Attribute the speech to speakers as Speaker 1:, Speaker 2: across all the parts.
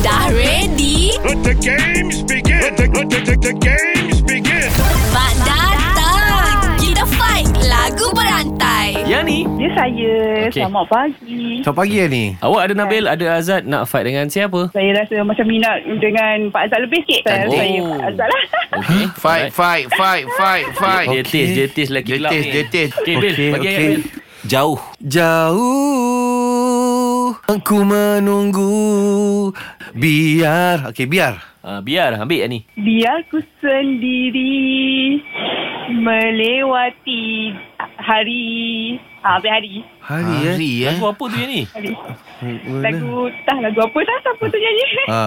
Speaker 1: Dah ready?
Speaker 2: Let the games begin. Let the, let the, the, the games begin.
Speaker 1: Mak datang! Kita fight lagu berantai.
Speaker 3: Yang ni
Speaker 4: Ya saya
Speaker 3: Okey.
Speaker 4: okay. Selamat pagi
Speaker 5: Selamat pagi ya ni
Speaker 3: Awak ada Nabil Ada Azad Nak fight dengan siapa?
Speaker 4: Saya rasa macam minat Dengan Pak Azad lebih sikit Saya,
Speaker 3: Oh.
Speaker 4: saya Pak Azad lah
Speaker 3: Okay
Speaker 6: Fight, fight, fight, fight, fight.
Speaker 3: Dia
Speaker 5: Okey.
Speaker 3: taste Dia taste lelaki
Speaker 6: Dia
Speaker 3: gelap
Speaker 6: taste,
Speaker 3: ni.
Speaker 6: dia taste.
Speaker 3: Okay Bil
Speaker 5: Okey,
Speaker 3: Bagi okay.
Speaker 5: okey.
Speaker 3: Bil Jauh
Speaker 5: Jauh Aku menunggu Biar Okay biar
Speaker 3: Ah, Biar ambil yang ni
Speaker 4: Biar ku sendiri Melewati Hari ah, Habis hari
Speaker 5: Hari,
Speaker 6: Hari eh.
Speaker 3: Lagu apa tu yang ni?
Speaker 4: Hari
Speaker 5: eh
Speaker 4: Lagu Tak lagu apa dah Siapa tu nyanyi
Speaker 5: Ha.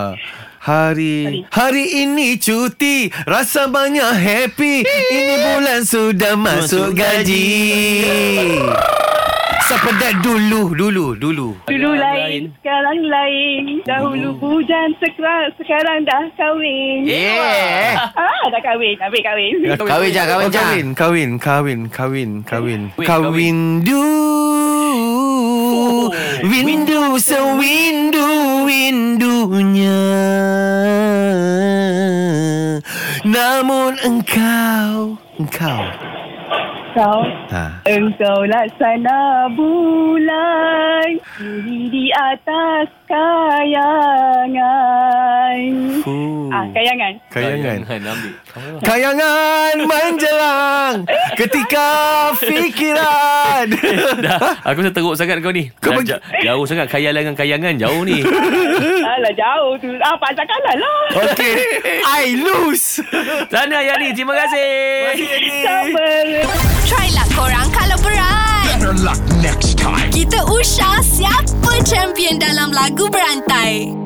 Speaker 5: Hari Hari ini cuti Rasa banyak happy Ini bulan sudah masuk gaji Siapa dah dulu Dulu Dulu
Speaker 4: Dulu
Speaker 3: Lain.
Speaker 4: lain Sekarang lain Dahulu bujan Sekarang, sekarang dah kahwin
Speaker 6: Yeah.
Speaker 4: Ah dah kahwin Kahwin kahwin
Speaker 6: Kahwin je, kahwin
Speaker 5: Oh,
Speaker 6: je.
Speaker 5: kahwin Kahwin Kahwin Kahwin Kahwin
Speaker 3: Wait,
Speaker 5: Kahwin du Windu sewindu windunya Namun engkau Engkau
Speaker 4: Kau
Speaker 5: Ha
Speaker 4: Engkau lah laksana bulan Kini di atas kayangan
Speaker 5: Fuh.
Speaker 4: Ah, kayangan
Speaker 5: Kayangan
Speaker 3: kan, Ambil
Speaker 5: Kayangan menjelang Ketika fikiran
Speaker 3: Dah Aku rasa teruk sangat kau ni Dah
Speaker 5: Kau pergi-
Speaker 3: ja- Jauh sangat Kayangan dengan kayangan Jauh ni
Speaker 4: Alah jauh tu Ah, Pak Azhar kalah lah
Speaker 5: Okay I lose
Speaker 3: Sana yang ni Terima kasih
Speaker 4: Sabar
Speaker 1: Try lah korang kalau berat.
Speaker 2: Better luck next time.
Speaker 1: Kita usah siapa champion dalam lagu berantai.